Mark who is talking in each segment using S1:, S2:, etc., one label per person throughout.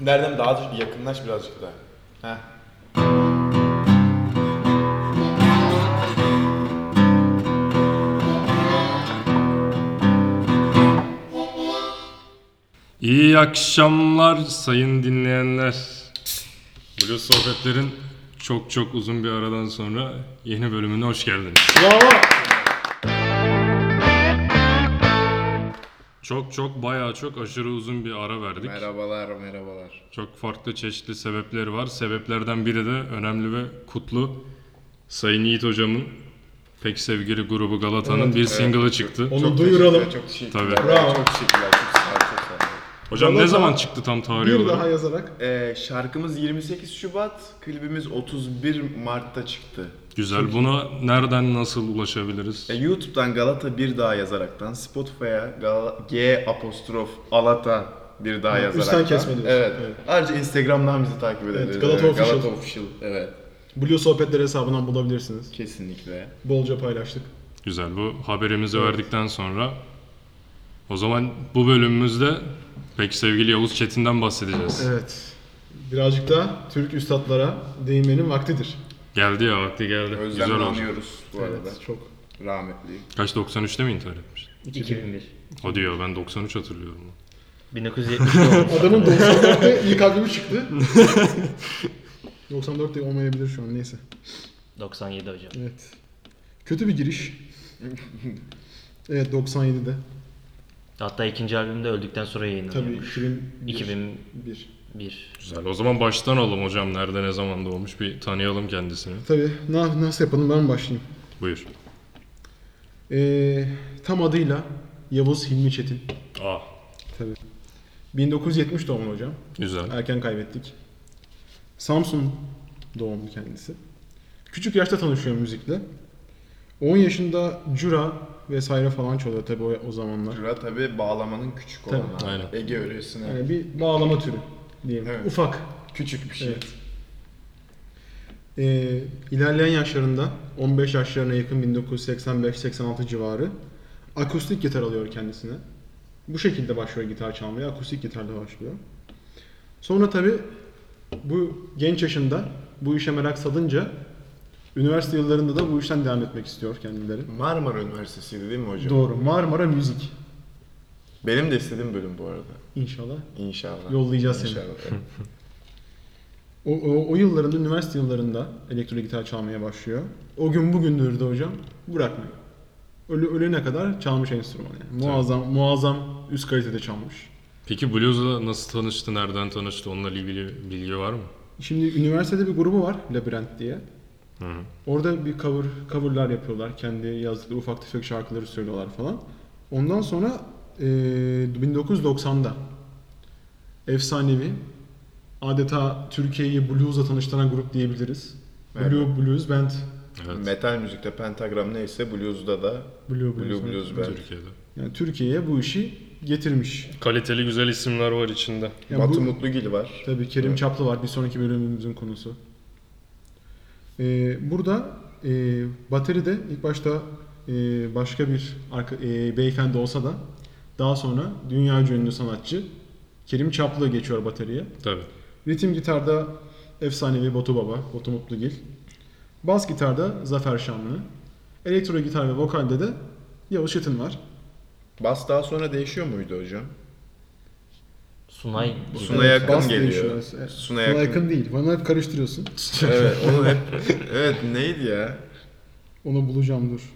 S1: Nereden daha azıcık yakınlaş birazcık daha. Heh.
S2: İyi akşamlar sayın dinleyenler. Blue Sohbetler'in çok çok uzun bir aradan sonra yeni bölümüne hoş geldiniz.
S1: Bravo.
S2: Çok çok bayağı çok aşırı uzun bir ara verdik.
S3: Merhabalar, merhabalar.
S2: Çok farklı çeşitli sebepleri var. Sebeplerden biri de önemli ve kutlu. Sayın Yiğit hocamın pek sevgili grubu Galata'nın bir single'ı çıktı.
S1: Onu
S3: Çok
S1: duyuralım.
S3: teşekkürler, Çok teşekkürler.
S2: Tabii.
S1: Bravo.
S3: Çok teşekkürler. Çok sağ ol, çok sağ ol.
S2: Hocam ne
S1: Galata-
S2: zaman çıktı tam tarihi
S1: Bir daha
S2: olarak?
S1: yazarak.
S3: Ee, şarkımız 28 Şubat, klibimiz 31 Mart'ta çıktı.
S2: Güzel. Buna nereden nasıl ulaşabiliriz?
S3: E, YouTube'dan Galata bir daha yazaraktan, Spotify'a Gal- G apostrof Alata bir daha
S1: Hı,
S3: yazaraktan.
S1: üstten kesme diyorsun.
S3: Evet.
S1: Evet.
S3: Ayrıca Instagram'dan bizi takip edebiliriz.
S1: Evet, Galata Official.
S3: Galata Official. Evet.
S1: Blue Sohbetler hesabından bulabilirsiniz.
S3: Kesinlikle.
S1: Bolca paylaştık.
S2: Güzel bu haberimizi verdikten sonra o zaman bu bölümümüzde pek sevgili Yavuz Çetin'den bahsedeceğiz.
S1: Evet. Birazcık da Türk üstadlara değinmenin vaktidir.
S2: Geldi ya vakti geldi.
S3: Özlemle
S2: Güzel oldu.
S3: anıyoruz bu arada.
S1: Evet, çok.
S3: Rahmetli.
S2: Kaç 93'te mi intihar etmiş?
S4: 2001.
S2: O diyor ben 93 hatırlıyorum.
S4: 1970'de olmuş.
S1: Adamın 94'te ilk albümü çıktı. 94'te olmayabilir şu an neyse.
S4: 97 hocam.
S1: Evet. Kötü bir giriş. Evet 97'de.
S4: Hatta ikinci albümde öldükten sonra
S1: Tabii
S4: yayınlanıyormuş.
S1: 2001.
S4: 2001.
S2: Güzel. O zaman baştan alalım hocam. Nerede ne zaman doğmuş bir tanıyalım kendisini.
S1: Tabii. Na, nasıl yapalım ben başlayayım.
S2: Buyur.
S1: Ee, tam adıyla Yavuz Hilmi Çetin.
S2: Ah.
S1: 1970 doğumlu hocam.
S2: Güzel.
S1: Erken kaybettik. Samsun doğumlu kendisi. Küçük yaşta tanışıyor müzikle. 10 yaşında cura vesaire falan çalıyor tabii o, o zamanlar.
S3: Jura tabii bağlamanın küçük
S1: Tabii.
S3: olanı.
S2: Aynen.
S3: Ege öresine.
S1: Yani bir bağlama türü diyelim.
S3: Evet.
S1: Ufak.
S3: Küçük bir şey.
S1: Evet. Ee, ilerleyen yaşlarında 15 yaşlarına yakın 1985-86 civarı akustik gitar alıyor kendisine. Bu şekilde başlıyor gitar çalmaya. Akustik gitarla başlıyor. Sonra tabi bu genç yaşında bu işe merak salınca üniversite yıllarında da bu işten devam etmek istiyor kendileri.
S3: Marmara Üniversitesi'ydi değil mi hocam?
S1: Doğru. Marmara Müzik.
S3: Benim de istediğim bölüm bu arada.
S1: İnşallah.
S3: İnşallah.
S1: Yollayacağız seni.
S3: İnşallah.
S1: O, o, o yıllarında, üniversite yıllarında elektro gitar çalmaya başlıyor. O gün bugündür de hocam bırakmıyor. Ölü, ölene kadar çalmış enstrümanı yani. Muazzam, muazzam üst kalitede çalmış.
S2: Peki Blues'la nasıl tanıştı? Nereden tanıştı? Onunla ilgili bilgi var mı?
S1: Şimdi üniversitede bir grubu var, Labirent diye.
S2: Hı hı.
S1: Orada bir cover, coverlar yapıyorlar. Kendi yazdıkları ufak tefek şarkıları söylüyorlar falan. Ondan sonra e, eee, 1990'da efsanevi adeta Türkiye'yi bluesla tanıştıran grup diyebiliriz.
S3: Evet.
S1: Blue Blues Band.
S2: Evet.
S3: Metal müzikte pentagram neyse blues'da da
S1: Blue Blues,
S3: blue
S1: Band.
S3: blues band.
S2: Türkiye'de.
S1: Yani Türkiye'ye bu işi getirmiş.
S2: Kaliteli güzel isimler var içinde.
S1: Yani
S3: Batu
S1: bu-
S3: Mutlugil var.
S1: Tabii Kerim
S3: Evet.
S1: Çaplı var bir sonraki bölümümüzün konusu. Ee, burada e, bateride ilk başta e, başka bir arka, e, beyefendi olsa da daha sonra dünya ünlü sanatçı Kerim Çaplı geçiyor bateriye.
S2: Tabii.
S1: Ritim gitarda efsanevi Batu Baba, Batu Mutlugil. Bas gitarda Zafer Şanlı. Elektro gitar ve vokalde de Yavuz Çetin var.
S3: Bas daha sonra değişiyor muydu hocam?
S4: Sunay gibi.
S3: Sunay- Buna yakın
S1: bas
S3: geliyor.
S1: değişiyor.
S3: Buna
S1: Buna
S3: yakın.
S1: yakın değil. Bana hep karıştırıyorsun.
S3: evet, onu hep Evet, neydi ya?
S1: Onu bulacağım dur.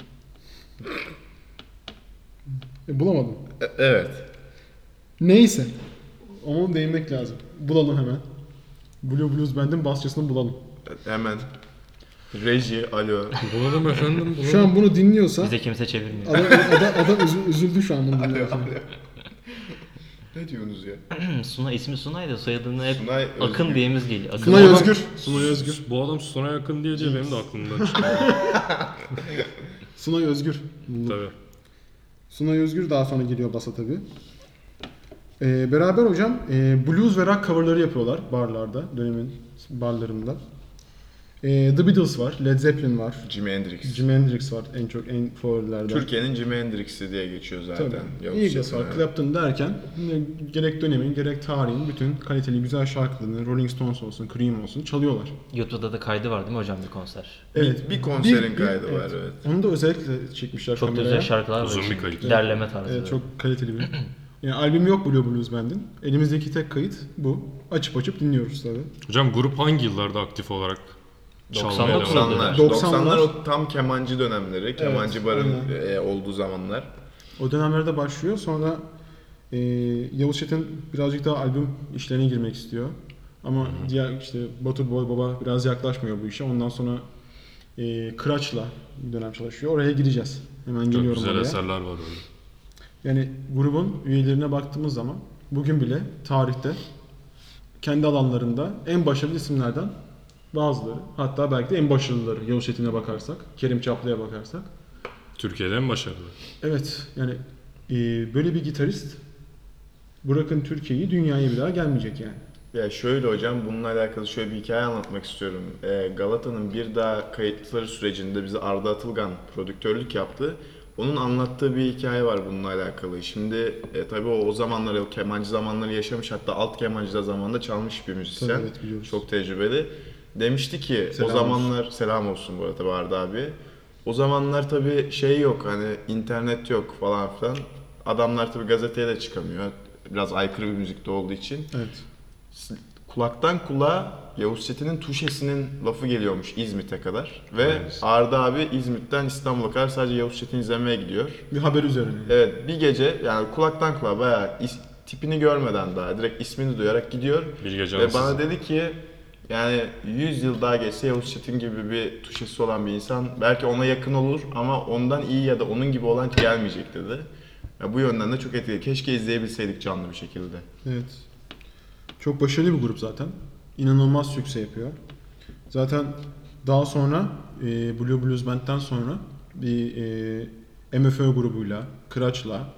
S1: E, bulamadım.
S3: E- evet.
S1: Neyse. Onu değinmek lazım. Bulalım hemen. Blue Blues Band'in basçısını bulalım.
S3: Hemen reji alo.
S2: Bulalım efendim.
S1: Şu an bunu dinliyorsa
S4: Bize kimse çevirmiyor.
S1: adam, adam, adam üzü- üzüldü şu an bunu dinliyorsa.
S3: ne diyorsunuz ya?
S4: Sunay Hmm, ismi Sunay da soyadını hep
S3: Sunay Özgür.
S4: Akın diyemiz geliyor. Akın
S1: Sunay
S4: Akın-
S1: Özgür.
S2: Sunay Özgür. Bu adam Sunay yakın diye diye benim de aklımdan çıktı.
S1: Sunay Özgür.
S2: Tabii.
S1: Sunay Özgür daha sonra geliyor basa tabii. Ee, beraber e, hocam e, blues ve rock coverları yapıyorlar barlarda, dönemin barlarında. Ee, The Beatles var, Led Zeppelin var,
S3: Jimi Hendrix.
S1: Jimi Hendrix var en çok en favorilerden.
S3: Türkiye'nin Jimi Hendrix'i diye geçiyor zaten.
S1: Tabii.
S3: Yavuz
S1: Eagles
S3: Sezen
S1: var,
S3: abi.
S1: Clapton derken e, gerek dönemin gerek tarihin bütün kaliteli güzel şarkılarını Rolling Stones olsun, Cream olsun çalıyorlar.
S4: YouTube'da da kaydı var değil mi hocam bir konser?
S1: Evet.
S3: bir konserin kaydı var, evet.
S1: Onu da özellikle çekmişler
S4: Çok da
S1: kameraya.
S4: güzel şarkılar var.
S2: Uzun bir
S4: içinde.
S2: kayıt.
S4: Derleme tarzı.
S1: Evet, çok kaliteli bir. Yani albüm yok Blue Blues Band'in. Elimizdeki tek kayıt bu. Açıp açıp dinliyoruz tabi.
S2: Hocam grup hangi yıllarda aktif olarak çalmaya
S4: 99
S2: devam
S3: 90'lar.
S1: 90'lar.
S3: 90'lar o tam kemancı dönemleri. Kemancı barın e, olduğu zamanlar.
S1: O dönemlerde başlıyor. Sonra e, Yavuz Çetin birazcık daha albüm işlerine girmek istiyor. Ama diğer işte Batu Boy Baba biraz yaklaşmıyor bu işe. Ondan sonra e, Kıraç'la bir dönem çalışıyor. Oraya gideceğiz. Hemen
S2: Çok
S1: geliyorum
S2: güzel
S1: oraya.
S2: eserler var öyle.
S1: Yani grubun üyelerine baktığımız zaman bugün bile tarihte kendi alanlarında en başarılı isimlerden bazıları hatta belki de en başarılıları Yavuz Çetin'e bakarsak, Kerim Çaplı'ya bakarsak.
S2: Türkiye'de en başarılı.
S1: Evet yani e, böyle bir gitarist bırakın Türkiye'yi dünyaya bir daha gelmeyecek yani.
S3: Ya şöyle hocam bununla alakalı şöyle bir hikaye anlatmak istiyorum. Ee, Galata'nın bir daha kayıtları sürecinde bize Arda Atılgan prodüktörlük yaptı. Onun anlattığı bir hikaye var bununla alakalı. Şimdi e, tabii o, o zamanlar o kemancı zamanları yaşamış hatta alt kemancı da zamanında çalmış bir müzisyen.
S1: Tabii, evet, biliyoruz.
S3: Çok tecrübeli. Demişti ki
S1: Selam
S3: o zamanlar selam olsun bu arada tabii Arda abi. O zamanlar tabii şey yok hani internet yok falan filan. Adamlar tabii gazeteye de çıkamıyor. Biraz aykırı bir müzikte olduğu için
S1: Evet.
S3: kulaktan kulağa Yavuz Çetin'in tuşesinin lafı geliyormuş İzmit'e kadar. Ve
S2: Evet.
S3: Arda abi İzmit'ten İstanbul'a kadar sadece Yavuz Çetin izlemeye gidiyor.
S1: Bir haber üzerine.
S3: Evet bir gece yani kulaktan kulağa bayağı is- tipini görmeden daha direkt ismini duyarak gidiyor.
S2: Bilge
S3: Ve
S2: Cansız.
S3: bana dedi ki yani 100 yıl daha geçse Yavuz Çetin gibi bir tuşesi olan bir insan belki ona yakın olur ama ondan iyi ya da onun gibi olan gelmeyecek dedi. Ya bu yönden de çok etkili. Keşke izleyebilseydik canlı bir şekilde.
S1: Evet. Çok başarılı bir grup zaten. İnanılmaz sükse yapıyor. Zaten daha sonra e, Blue Blues Band'den sonra bir e, MFÖ grubuyla, Kıraç'la,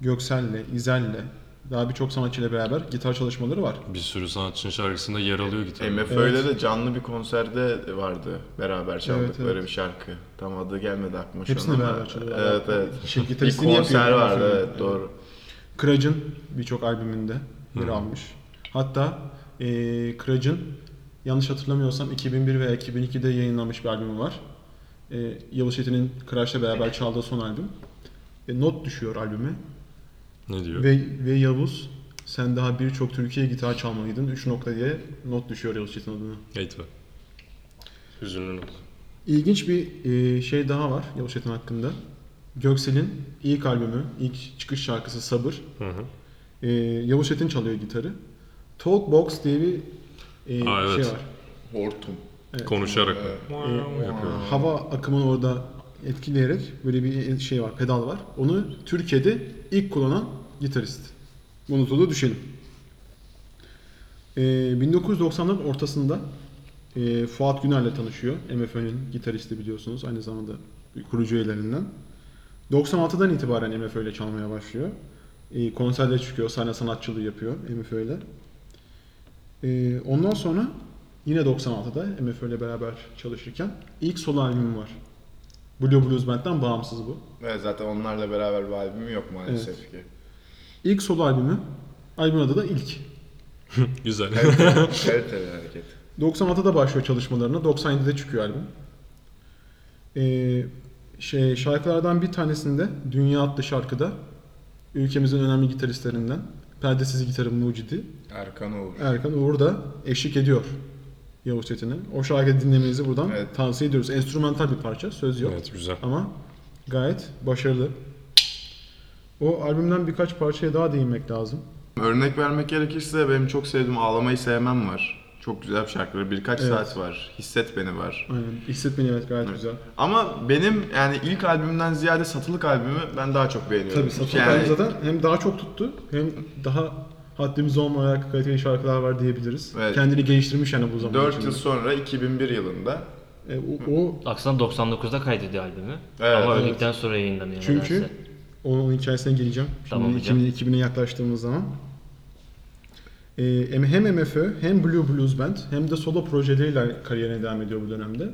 S1: Göksel'le, İzel'le daha birçok sanatçıyla beraber gitar çalışmaları var.
S2: Bir sürü sanatçının şarkısında yer alıyor gitar.
S3: MFÖ'yle
S1: Evet.
S3: de canlı bir konserde vardı beraber çaldıkları
S1: Evet, evet.
S3: bir şarkı. Tam adı gelmedi aklıma şu an
S1: Hepsini
S3: ama-
S1: beraber çalıyorlar.
S3: Evet evet.
S1: Şey,
S3: Bir
S1: gitaristini
S3: konser
S1: yapıyor.
S3: vardı
S1: MFÖ.
S3: evet doğru.
S1: Kıraç'ın birçok albümünde yer almış. Hatta e, Kıraç'ın yanlış hatırlamıyorsam 2001 veya 2002'de yayınlanmış bir albümü var. E, Yavuz Çetin'in Kıraç'la beraber çaldığı son albüm. E, not düşüyor albüme
S2: Ne diyor?
S1: ve, ve Yavuz sen daha birçok Türkiye gitar çalmalıydın 3 nokta diye not düşüyor Yavuz Çetin adına.
S2: Eğitim. Hüzünlü nokta.
S1: İlginç bir e, şey daha var Yavuz Çetin hakkında. Göksel'in ilk albümü, ilk çıkış şarkısı Sabır.
S2: Hı hı.
S1: E, Yavuz Çetin çalıyor gitarı. Talkbox diye bir e,
S2: Aa,
S1: şey
S2: evet.
S1: var.
S3: Hortum.
S2: Konuşarak mı?
S1: Ee, hava akımını orada etkileyerek böyle bir şey var, pedal var. Onu Türkiye'de ilk kullanan gitarist. Bu nota da düşelim. Ee, 1990'ların ortasında e, Fuat Güner'le tanışıyor. MFÖ'nün gitaristi biliyorsunuz. Aynı zamanda bir kurucu üyelerinden. 96'dan itibaren MFÖ ile çalmaya başlıyor. E, konserde çıkıyor, sahne sanatçılığı yapıyor MFÖ ile. Ee, ondan sonra yine 96'da MFÖ ile beraber çalışırken ilk solo albümüm var. Blue Blues Band'den bağımsız bu.
S3: Evet zaten onlarla beraber bir albümü yok maalesef ki.
S1: İlk solo albümü, albümün adı da ilk.
S3: şey
S2: Güzel.
S3: Kaliteli hareket.
S1: 96'da başlıyor çalışmalarına, 97'de çıkıyor albüm. Ee, şey, şarkılardan bir tanesinde Dünya adlı şarkıda ülkemizin önemli gitaristlerinden Perdesiz Gitarın Mucidi
S3: Erkan Oğur.
S1: Erkan Uğur da eşlik ediyor Yavuz Çetin'e. O şarkıyı dinlemenizi buradan
S3: Evet.
S1: tavsiye ediyoruz. Enstrümantal bir parça, söz yok.
S2: evet güzel.
S1: Ama gayet başarılı. O albümden birkaç parçaya daha değinmek lazım.
S3: Örnek vermek gerekirse benim çok sevdiğim Ağlamayı Sevmem var. Çok güzel bir şarkıları. Birkaç
S1: Evet.
S3: saat var. Hisset Beni var.
S1: Aynen. Hisset beni evet gayet güzel.
S3: Ama benim yani ilk albümden ziyade satılık albümü ben daha çok beğeniyorum.
S1: Tabii Satürn
S3: Yani-
S1: albüm zaten hem daha çok tuttu hem daha haddimiz olmayarak kaliteli şarkılar var diyebiliriz.
S3: Evet.
S1: Kendini geliştirmiş yani bu zaman
S3: 4
S1: içinde.
S3: yıl sonra 2001 yılında
S1: E, o, o-
S4: Aslında 99'da kaydediyor albümü.
S3: Evet,
S4: Ama
S1: evet.
S4: öldükten sonra yayınlanıyor.
S1: çünkü
S4: nedense.
S1: onun hikayesine geleceğim. Şimdi
S4: Tamam hocam.
S1: 2000'e 2000'e yaklaştığımız zaman. Ee, em- hem MFÖ hem Blue Blues Band hem de solo projeleriyle kariyerine devam ediyor bu dönemde.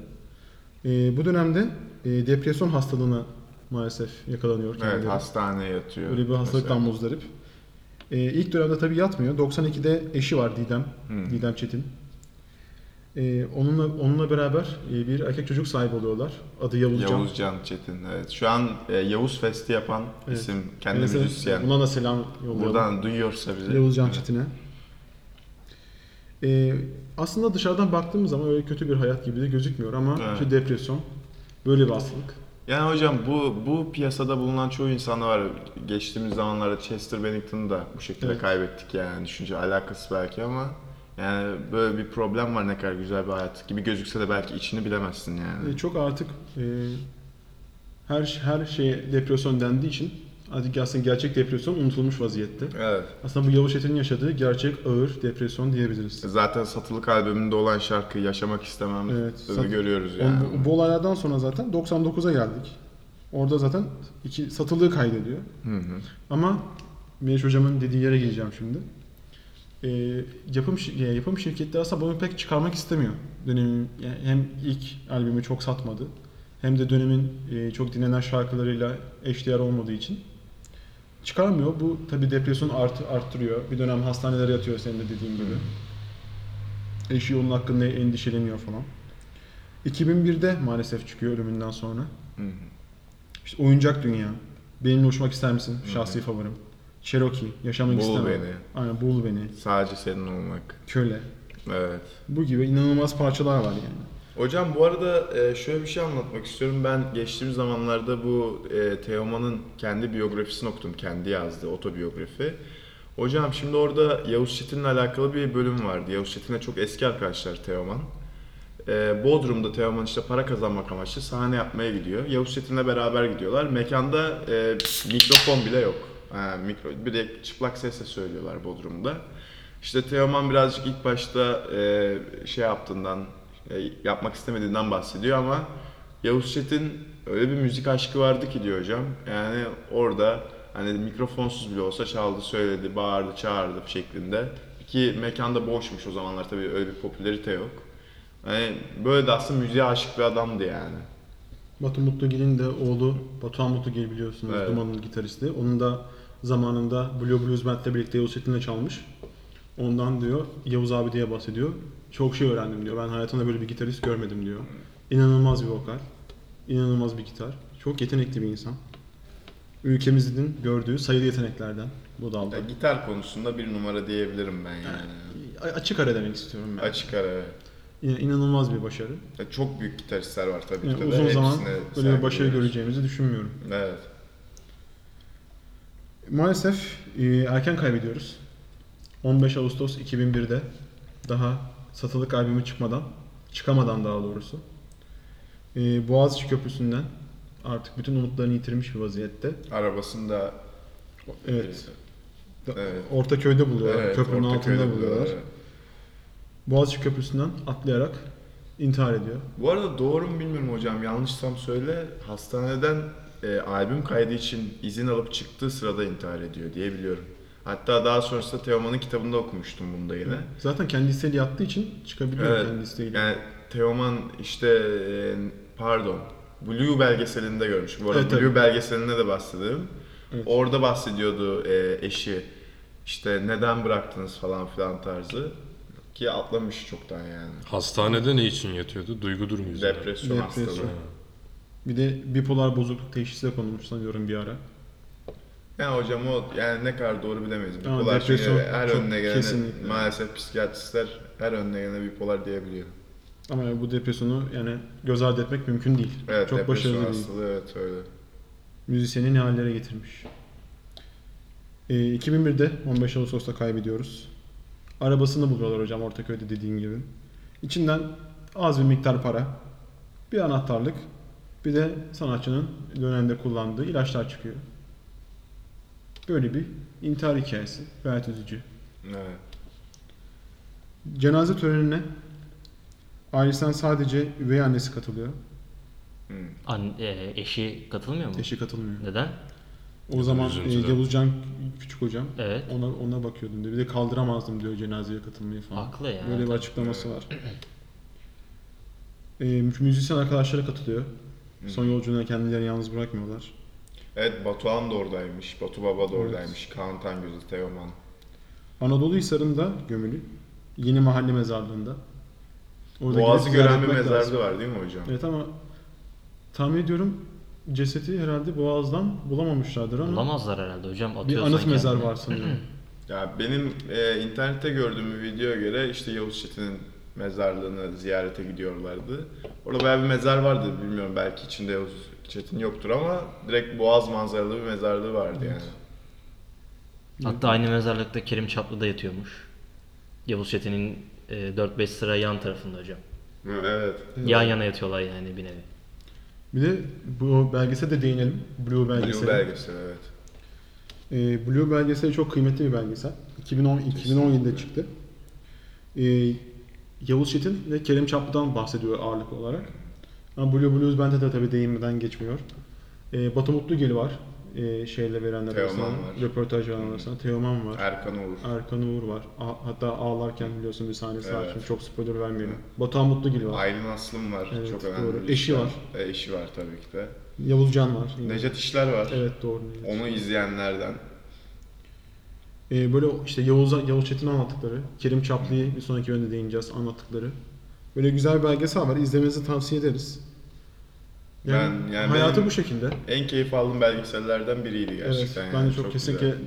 S1: Ee, bu dönemde e, depresyon hastalığına maalesef yakalanıyor
S3: Evet
S1: kendileri.
S3: hastaneye yatıyor.
S1: Öyle bir hastalıktan
S3: mesela.
S1: muzdarip. Ee, ilk dönemde tabii yatmıyor. 92'de eşi var Didem,
S3: Hı.
S1: Didem Çetin. Ee, onunla onunla beraber e, bir erkek çocuk sahibi oluyorlar. Adı Yavuzcan. Yavuz.
S3: Yavuzcan Çetin. Evet. Şu an e, Yavuz Fest'i yapan
S1: Evet.
S3: isim. Kendi müzisyen.
S1: Buna da selam yolluyorum.
S3: Buradan duyuyorsa bizi.
S1: Yavuzcan
S3: Evet.
S1: Çetin'e. Ee, aslında dışarıdan baktığımız zaman öyle kötü bir hayat gibi de gözükmüyor ama
S3: Evet.
S1: işte depresyon böyle bir hastalık. Ee,
S3: Yani hocam bu bu piyasada bulunan çoğu insanlar var. Geçtiğimiz zamanlarda Chester Bennington'ı da bu şekilde
S1: Evet.
S3: kaybettik yani. Düşünce alakası belki ama yani böyle bir problem var ne kadar güzel bir hayat gibi gözükse de belki içini bilemezsin yani.
S1: E, çok artık e, her her şeye depresyon dendiği için artık aslında gerçek depresyon unutulmuş vaziyette.
S3: Evet.
S1: Aslında bu Yavuz Çetin'in yaşadığı gerçek ağır depresyon diyebiliriz.
S3: Zaten satılık albümünde olan şarkı Yaşamak istemem
S1: Evet,
S3: öyle
S1: satı-
S3: görüyoruz
S1: O-
S3: yani.
S1: bu, bu olaylardan sonra zaten 99'a geldik. Orada zaten iki satılığı kaydediyor.
S3: Hı hı.
S1: Ama Meriç hocamın dediği yere geleceğim şimdi. E, yapım şi- ya, yapım şirketleri aslında bunu pek çıkarmak istemiyor. Dönemin yani hem ilk albümü çok satmadı hem de dönemin e, çok dinlenen şarkılarıyla eşdeğer olmadığı için çıkarmıyor. Bu tabi depresyonu art, arttırıyor. Bir dönem hastanelere yatıyor senin de dediğin gibi. Eşi onun hakkında endişeleniyor falan. 2001'de maalesef çıkıyor ölümünden sonra.
S3: Hı hı.
S1: İşte Oyuncak Dünya, Benimle Uçmak ister misin? Şahsi favorim. Cherokee, Yaşamak
S3: Bul
S1: istemem.
S3: Beni.
S1: Aynen Bul Beni,
S3: Sadece senin olmak.
S1: Köle.
S3: Evet.
S1: Bu gibi inanılmaz parçalar var yani.
S3: Hocam bu arada e, şöyle bir şey anlatmak istiyorum. Ben geçtiğim zamanlarda bu e, Teoman'ın kendi biyografisini okudum. Kendi yazdığı otobiyografi. Hocam şimdi orada Yavuz Çetin'le alakalı bir bölüm vardı. Yavuz Çetin'le çok eski arkadaşlar Teoman. E, Bodrum'da Teoman işte para kazanmak amaçlı sahne yapmaya gidiyor. Yavuz Çetin'le beraber gidiyorlar. Mekanda e, mikrofon bile yok. Ha, mikro, bir de çıplak sesle söylüyorlar Bodrum'da. İşte Teoman birazcık ilk başta e, şey yaptığından, e, yapmak istemediğinden bahsediyor ama Yavuz Çetin öyle bir müzik aşkı vardı ki diyor hocam. Yani orada hani mikrofonsuz bile olsa çaldı, söyledi, bağırdı, çağırdı şeklinde. Ki mekanda boşmuş o zamanlar tabii öyle bir popülerite yok. Hani böyle de aslında müziğe aşık bir adamdı yani.
S1: Batu Mutlugil'in de oğlu Batuhan Mutlugil biliyorsunuz
S3: Evet.
S1: Duman'ın gitaristi. Onun da zamanında Blue Blues Band'le birlikte Yavuz Çetin'le çalmış. Ondan diyor Yavuz abi diye bahsediyor. Çok şey öğrendim diyor. Ben hayatımda böyle bir gitarist görmedim diyor. İnanılmaz bir vokal. inanılmaz bir gitar. Çok yetenekli bir insan. Ülkemizin gördüğü sayılı yeteneklerden bu dalda.
S3: Ya gitar konusunda bir numara diyebilirim ben yani.
S1: A- Açık ara demek istiyorum ben.
S3: Açık ara. evet.
S1: Yine inanılmaz bir başarı.
S3: Ya çok büyük gitaristler var tabii
S1: Yani
S3: ki de.
S1: uzun zaman
S3: Hepsine
S1: böyle bir
S3: saygı
S1: başarı
S3: duyuyoruz.
S1: göreceğimizi düşünmüyorum.
S3: Evet.
S1: Maalesef e, erken kaybediyoruz. 15 Ağustos 2001'de daha satılık albümü çıkmadan, çıkamadan daha doğrusu. E, Boğaziçi Köprüsü'nden artık bütün umutlarını yitirmiş bir vaziyette.
S3: Arabasında
S1: Evet.
S3: Evet.
S1: Ortaköy'de buluyorlar, köprünün
S3: Ortaköy'de
S1: altında buluyorlar.
S3: evet.
S1: Boğaziçi Köprüsü'nden atlayarak intihar ediyor.
S3: Bu arada doğru mu bilmiyorum hocam. Yanlışsam söyle. Hastaneden e, albüm kaydı için izin alıp çıktığı sırada intihar ediyor diye biliyorum. Hatta daha sonrasında Teoman'ın kitabında okumuştum bunu da yine.
S1: Zaten kendi isteğiyle yattığı için çıkabiliyor
S3: Evet.
S1: kendi isteğiyle.
S3: Yani Teoman işte e, pardon Blue belgeselinde görmüş. Bu arada
S1: Evet,
S3: Blue
S1: tabii.
S3: belgeselinde de bahsediyorum.
S1: Evet.
S3: Orada bahsediyordu e, eşi. İşte neden bıraktınız falan filan tarzı. Ki atlamış çoktan yani.
S2: Hastanede ne için yatıyordu? Duygu durumu yüzünden.
S3: Depresyon,
S1: Depresyon.
S3: hastalığı.
S1: Bir de bipolar bozukluk teşhisine konulmuş sanıyorum bir ara.
S3: Yani hocam o yani ne kadar doğru bilemeyiz.
S1: Ama
S3: Bipolar çünkü
S1: depresyon
S3: her
S1: çok
S3: önüne gelene
S1: kesinlikle.
S3: maalesef psikiyatristler her önüne gelene bipolar diyebiliyor.
S1: Ama bu depresyonu yani göz ardı etmek mümkün değil.
S3: Evet
S1: Çok
S3: depresyon
S1: başarılı değil.
S3: hastalığı evet öyle.
S1: Müzisyeni ne hallere getirmiş. Ee, 2001'de 15 Ağustos'ta kaybediyoruz. Arabasını buluyorlar hocam Ortaköy'de dediğin gibi. İçinden az bir miktar para, bir anahtarlık, bir de sanatçının dönemde kullandığı ilaçlar çıkıyor. Böyle bir intihar hikayesi. Gayet üzücü.
S3: Evet.
S1: Cenaze törenine ailesinden sadece üvey annesi katılıyor.
S3: Hmm.
S4: An, e, eşi katılmıyor mu?
S1: Eşi katılmıyor.
S4: Neden?
S1: Ee, O zaman e,
S2: Üzüntüden.
S1: Yavuz Can Küçük Hocam.
S4: Evet.
S1: Ona, ona bakıyordum diyor. Bir de kaldıramazdım diyor cenazeye katılmayı falan.
S4: Haklı ya.
S1: Böyle bir açıklaması var. E, müzisyen arkadaşları katılıyor. Son yolculuğuna kendilerini yalnız bırakmıyorlar.
S3: Evet Batuhan da oradaymış. Batu Baba da oradaymış. Kaan Tangöz, Teoman.
S1: Anadolu Hisarı'nda gömülü. Yeni Mahalle Mezarlığı'nda. Orada
S3: Boğaz'ı
S1: gidip ziyaret
S3: gören bir
S1: etmek
S3: mezarlığı
S1: lazım.
S3: var değil mi hocam?
S1: Evet ama tahmin ediyorum cesedi herhalde Boğaz'dan bulamamışlardır ama
S4: Bulamazlar herhalde hocam.
S1: bir
S4: Atıyorsan
S1: anıt mezar
S4: kendini.
S1: var sanıyorum.
S3: Ya benim e, internette gördüğüm bir videoya göre işte Yavuz Çetin'in mezarlığını ziyarete gidiyorlardı. Orada bayağı bir mezar vardı bilmiyorum belki içinde Yavuz Çetin yoktur ama direkt boğaz manzaralı bir mezarlığı vardı yani.
S4: Hatta aynı mezarlıkta Kerim Çaplı da yatıyormuş. Yavuz Çetin'in e, 4-5 sıra yan tarafında hocam.
S3: Hı, Evet.
S4: Yan yana yatıyorlar yani bir nevi.
S1: bir de bu belgesele de değinelim. Blue belgeseli.
S3: Blue belgesel evet.
S1: Ee, Blue belgeseli çok kıymetli bir belgesel. 2010 2017'de çıktı. Ee, Yavuz Çetin ve Kerim Çaplı'dan bahsediyor ağırlıklı olarak. Ama Blue Blues Band'e de tabii değinmeden geçmiyor. Ee, Batı Mutlugil var. Ee, şeyle verenler
S3: Teoman
S1: arasında,
S3: var.
S1: röportaj verenler arasında. Teoman var.
S3: Erkan Oğur.
S1: Erkan Uğur var. A- hatta ağlarken biliyorsun bir sahnesi var.
S3: Evet.
S1: Şimdi çok spoiler vermeyelim. Batuhan Mutlugil var.
S3: Aylin Aslım var.
S1: Evet,
S3: Çok
S1: doğru.
S3: önemli. bir
S1: Eşi
S3: isim.
S1: var.
S3: E, eşi var tabii ki de.
S1: Yavuz Can var. yine.
S3: Necat İşler var.
S1: Evet doğru. Necdet.
S3: Onu izleyenlerden.
S1: Ee, böyle o- işte Yavuz'a, Yavuz Çetin'in anlattıkları, Kerim Çaplı'yı bir sonraki bölümde değineceğiz anlattıkları. Böyle güzel bir belgesel var. İzlemenizi tavsiye ederiz. Yani,
S3: Ben- yani
S1: hayatı
S3: benim-
S1: bu şekilde.
S3: En keyif aldığım belgesellerden biriydi
S1: Evet.
S3: gerçekten.
S1: Ben
S3: yani,
S1: de çok, kesinlikle
S3: güzel.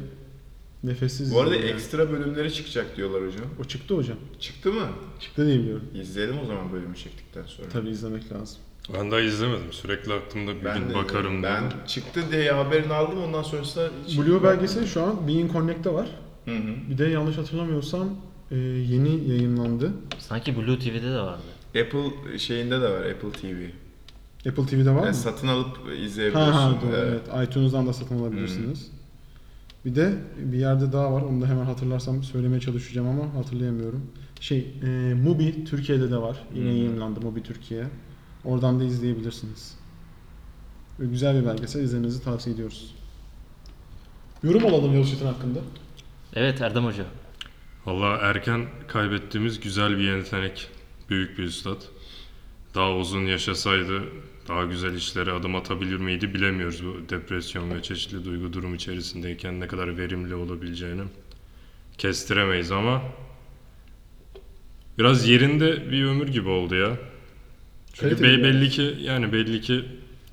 S1: nefessiz.
S3: Bu arada
S1: izledim yani.
S3: ekstra bölümleri çıkacak diyorlar hocam.
S1: o çıktı hocam.
S3: Çıktı mı?
S1: Çıktı diye biliyorum.
S3: İzleyelim o zaman bölümü çektikten sonra.
S1: Tabii izlemek lazım.
S2: Ben daha izlemedim. Sürekli aklımda bir gün
S3: de-
S2: bakarım
S3: Ben
S2: diye.
S3: çıktı diye haberini aldım ondan sonrasında hiç...
S1: Blue belgeseli şu an Being Connect'te var.
S3: Hı hı.
S1: Bir de yanlış hatırlamıyorsam e, yeni yayınlandı.
S4: Sanki Blue TV'de de vardı.
S3: Apple şeyinde de var Apple TV.
S1: Apple TV'de var
S3: Yani
S1: mı?
S3: satın alıp izleyebiliyorsun.
S1: Ha ha doğru
S3: Evet.
S1: evet. Hmm. iTunes'dan da satın alabilirsiniz. Bir de bir yerde daha var. Onu da hemen hatırlarsam söylemeye çalışacağım ama hatırlayamıyorum. Şey, e, Mubi Türkiye'de de var. Yine yayınlandı Mubi Türkiye. Oradan da izleyebilirsiniz. Böyle Güzel bir belgesel. izlemenizi tavsiye ediyoruz. Yorum alalım Yavuz Çetin hakkında.
S4: Evet Erdem Hoca.
S2: Valla erken kaybettiğimiz güzel bir yetenek. Büyük bir üstad. Daha uzun yaşasaydı daha güzel işlere adım atabilir miydi bilemiyoruz. Bu depresyon ve çeşitli duygu durum içerisindeyken ne kadar verimli olabileceğini kestiremeyiz ama biraz yerinde bir ömür gibi oldu ya. Çünkü
S1: Kaliteli
S2: be-
S1: bir
S2: belli ki yani belli ki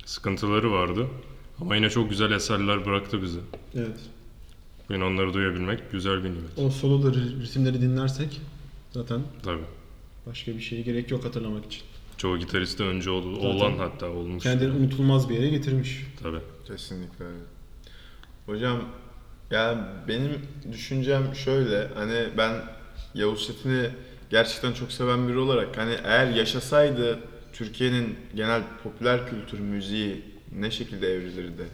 S2: sıkıntıları vardı ama yine çok güzel eserler bıraktı bize.
S1: Evet.
S2: Bugün onları duyabilmek güzel bir nimet.
S1: O soloları, ritimleri dinlersek zaten
S2: Tabii.
S1: başka bir şeye gerek yok hatırlamak için.
S2: Çoğu gitariste önce ol-
S1: Zaten
S2: olan hatta olmuş.
S1: Kendini unutulmaz bir yere getirmiş.
S2: Tabii.
S3: Kesinlikle öyle. Hocam yani benim düşüncem şöyle hani ben Yavuz Çetin'i gerçekten çok seven biri olarak hani eğer yaşasaydı Türkiye'nin genel popüler kültür müziği ne şekilde evrilirdi?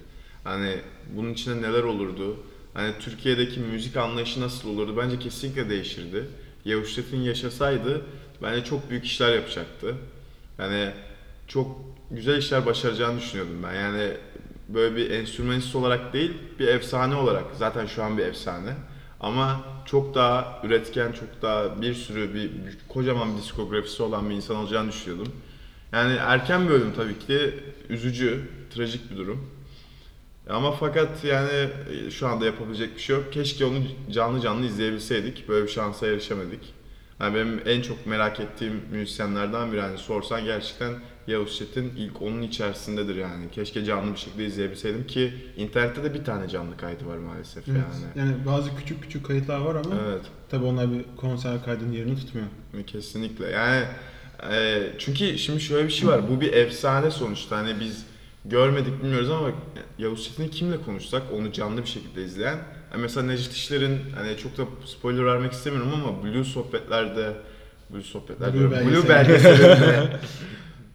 S3: Hani bunun içinde neler olurdu? Hani Türkiye'deki müzik anlayışı nasıl olurdu? Bence kesinlikle değişirdi. Yavuz Çetin yaşasaydı bence çok büyük işler yapacaktı. Hani Yani çok güzel işler başaracağını düşünüyordum ben. Yani böyle bir enstrümanist olarak değil, bir efsane olarak. Zaten şu an bir efsane. Ama çok daha üretken, çok daha bir sürü bir, bir- kocaman bir diskografisi olan bir insan olacağını düşünüyordum. Yani erken bir ölüm tabii ki de üzücü, trajik bir durum. Ama fakat yani e, şu anda yapabilecek bir şey yok. Keşke onu canlı canlı izleyebilseydik. Böyle bir şansa erişemedik. Yani benim en çok merak ettiğim müzisyenlerden biri hani sorsan gerçekten Yavuz Çetin ilk onun içerisindedir yani. Keşke canlı bir şekilde izleyebilseydim ki internette de bir tane canlı kaydı var maalesef
S1: Evet.
S3: yani.
S1: Yani bazı küçük küçük kayıtlar var ama
S3: Evet.
S1: Tabii onlar bir konser kaydının yerini tutmuyor.
S3: Kesinlikle. Yani e, çünkü şimdi şöyle bir şey var. Bu bir efsane sonuçta. Hani biz görmedik bilmiyoruz ama Yavuz Çetin'i kimle konuşsak onu canlı bir şekilde izleyen. hani mesela Necdet İşler'in hani çok da spoiler vermek istemiyorum ama Blue sohbetlerde Blue sohbetler
S1: Blue
S3: diyorum, Blue belgeselinde.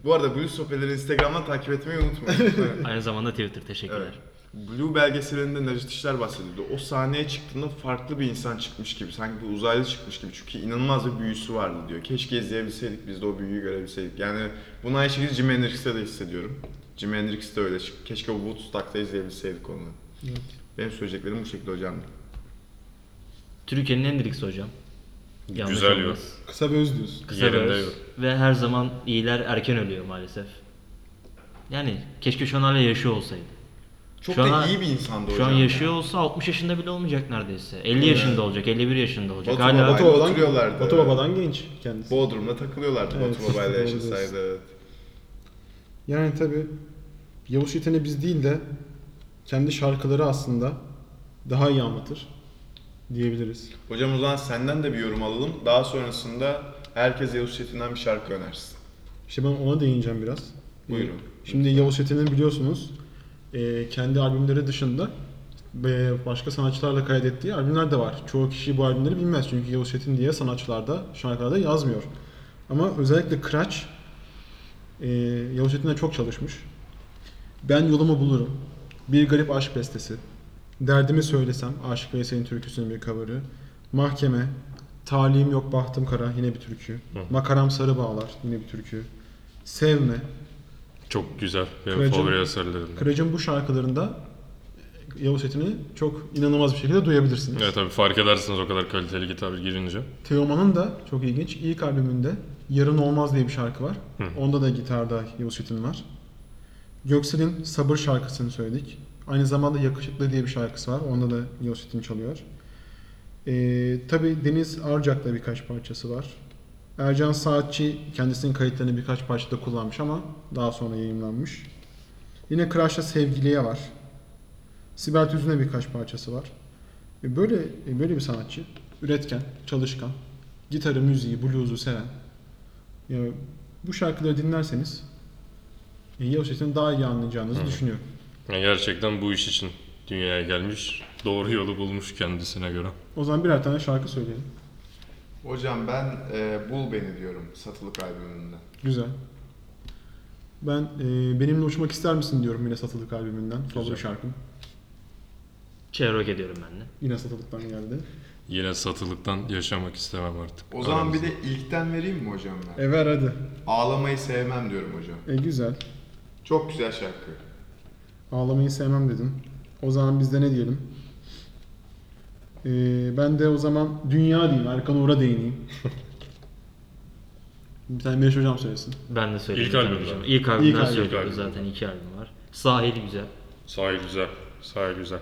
S3: Bu arada Blue sohbetleri Instagram'dan takip etmeyi unutmayın. Evet.
S4: Aynı zamanda Twitter teşekkürler.
S3: Evet. Blue belgeselinde Necdet İşler bahsediyordu. O sahneye çıktığında farklı bir insan çıkmış gibi. Sanki bir uzaylı çıkmış gibi. Çünkü inanılmaz bir büyüsü vardı diyor. Keşke izleyebilseydik biz de o büyüyü görebilseydik. Yani bunu aynı şekilde Jimi Hendrix'te de hissediyorum. Jimi Hendrix de öyle. Keşke Woodstock'ta izleyebilseydik onu. Benim söyleyeceklerim bu şekilde hocam.
S4: Türkiye'nin en diriksi hocam. Yanlış
S2: Güzel
S4: olmaz.
S2: yorum.
S1: Kısa ve öz diyorsun.
S4: Kısa
S2: Yerinde
S4: ve öz.
S2: yok.
S4: Ve her zaman iyiler erken ölüyor maalesef. Yani keşke şu an hala yaşıyor olsaydı.
S3: Çok
S4: Şu
S3: da
S4: an-
S3: iyi bir insandı
S4: Şu
S3: hocam.
S4: an
S3: ya.
S4: yaşıyor olsa 60 yaşında bile olmayacak neredeyse. 50 yaşında olacak, 51 yaşında olacak.
S3: Batu
S4: Hala
S3: Baba'ydı.
S1: Batu Baba'dan,
S3: oturuyorlardı.
S1: Batu Baba'dan genç kendisi.
S3: Bodrum'da takılıyorlardı
S1: Evet,
S3: Batu Baba ile
S1: doğru
S3: yaşasaydı. evet.
S1: Yani tabi Yavuz Çetin'i biz değil de kendi şarkıları aslında daha iyi anlatır diyebiliriz.
S3: Hocam o zaman senden de bir yorum alalım. Daha sonrasında herkes Yavuz Çetin'den bir şarkı önersin.
S1: İşte ben ona değineceğim biraz.
S3: Buyurun.
S1: Ee, Şimdi Yavuz Çetin'in biliyorsunuz e, kendi albümleri dışında e, başka sanatçılarla kaydettiği albümler de var. Çoğu kişi bu albümleri bilmez çünkü Yavuz Çetin diye sanatçılarda, şarkılarda yazmıyor. Ama özellikle Kıraç e, Yavuz Çetin'le çok çalışmış. Ben yolumu bulurum. Bir garip aşk bestesi. Derdimi söylesem Aşık Veysel'in türküsünün bir cover'ı. Mahkeme. Talim yok bahtım kara yine bir türkü. Makaram sarı bağlar yine bir türkü. Sevme.
S2: Çok güzel. Benim
S1: Kıracı-
S2: favori eserlerimden.
S1: Kıraç'ın bu şarkılarında Yavuz Çetin'i çok inanılmaz bir şekilde duyabilirsiniz.
S2: Evet tabii fark edersiniz o kadar kaliteli gitar girince.
S1: Teoman'ın da çok ilginç ilk albümünde Yarın Olmaz diye bir şarkı var.
S2: Hı.
S1: Onda da gitarda Yavuz Çetin var. Göksel'in Sabır şarkısını söyledik. Aynı zamanda Yakışıklı diye bir şarkısı var. Onda da Yavuz Çetin çalıyor. Ee, Tabi Deniz Arcak'la birkaç parçası var. Ercan Saatçi kendisinin kayıtlarını birkaç parçada kullanmış ama daha sonra yayınlanmış. Yine Kıraç'ta Sevgiliye var. Sibel Tüzün'e birkaç parçası var. E, Böyle e, böyle bir sanatçı. Üretken, çalışkan, gitarı, müziği, bluzu seven. Yani bu şarkıları dinlerseniz e, Yavuz Çetin'i daha iyi anlayacağınızı düşünüyorum.
S2: Yani gerçekten bu iş için dünyaya gelmiş. Doğru yolu bulmuş kendisine göre.
S1: O zaman birer tane şarkı söyleyelim.
S3: Hocam ben e, Bul Beni diyorum Satılık albümünden.
S1: Güzel. Ben e, benimle uçmak ister misin diyorum yine Satılık albümünden. Favori
S2: Güzel.
S1: şarkım.
S4: Çeyrek ediyorum ben de.
S1: Yine Satılık'tan geldi.
S2: Yine satılıktan yaşamak istemem artık.
S3: O zaman bir
S2: Aramızda.
S3: de ilkten vereyim mi hocam ben?
S1: E ver hadi.
S3: Ağlamayı sevmem diyorum hocam.
S1: E güzel.
S3: Çok güzel şarkı.
S1: Ağlamayı sevmem dedin. O zaman biz de ne diyelim? Ee, ben de o zaman dünya diyeyim. Erkan Uğur'a değineyim. Bir tane Meriç Hocam söylesin.
S4: Ben de söyleyeyim.
S2: İlk
S4: tabii
S2: albümden.
S4: hocam. İlk albümden
S1: albüm.
S4: söylüyoruz
S2: İlk albümden.
S4: zaten iki albüm var. Sahil güzel.
S2: Sahi güzel. Sahi güzel.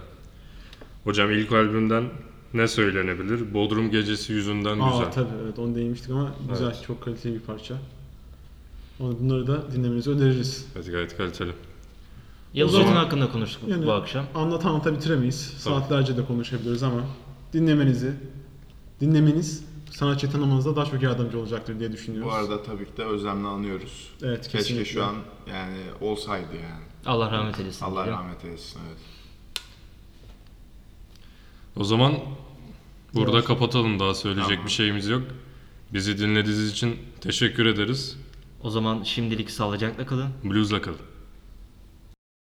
S2: Hocam ilk albümden ne söylenebilir? Bodrum Gecesi yüzünden
S1: Aa
S2: güzel.
S1: tabii evet onu değinmiştik ama güzel çok kaliteli bir parça. Onu- Bunları da dinlemenizi öneririz.
S2: Evet gayet kaliteli.
S4: Yavuz
S1: zaman-
S4: Çetin hakkında konuştuk
S1: Yani
S4: bu akşam.
S1: Anlat anlata bitiremeyiz. Saatlerce de konuşabiliriz ama dinlemenizi, dinlemeniz sanatçı tanımanıza daha çok yardımcı olacaktır diye düşünüyoruz.
S3: Bu arada tabii ki de özlemle anıyoruz.
S1: Evet kesinlikle.
S3: Keşke şu an yani olsaydı yani.
S4: Allah rahmet eylesin.
S3: Allah
S4: diyelim.
S3: rahmet eylesin evet.
S2: O zaman burada
S1: Yavaş.
S2: kapatalım. Daha söyleyecek
S3: Tamam.
S2: bir şeyimiz yok. Bizi dinlediğiniz için teşekkür ederiz.
S4: O zaman şimdilik sağlıcakla kalın.
S2: Blues'la kalın.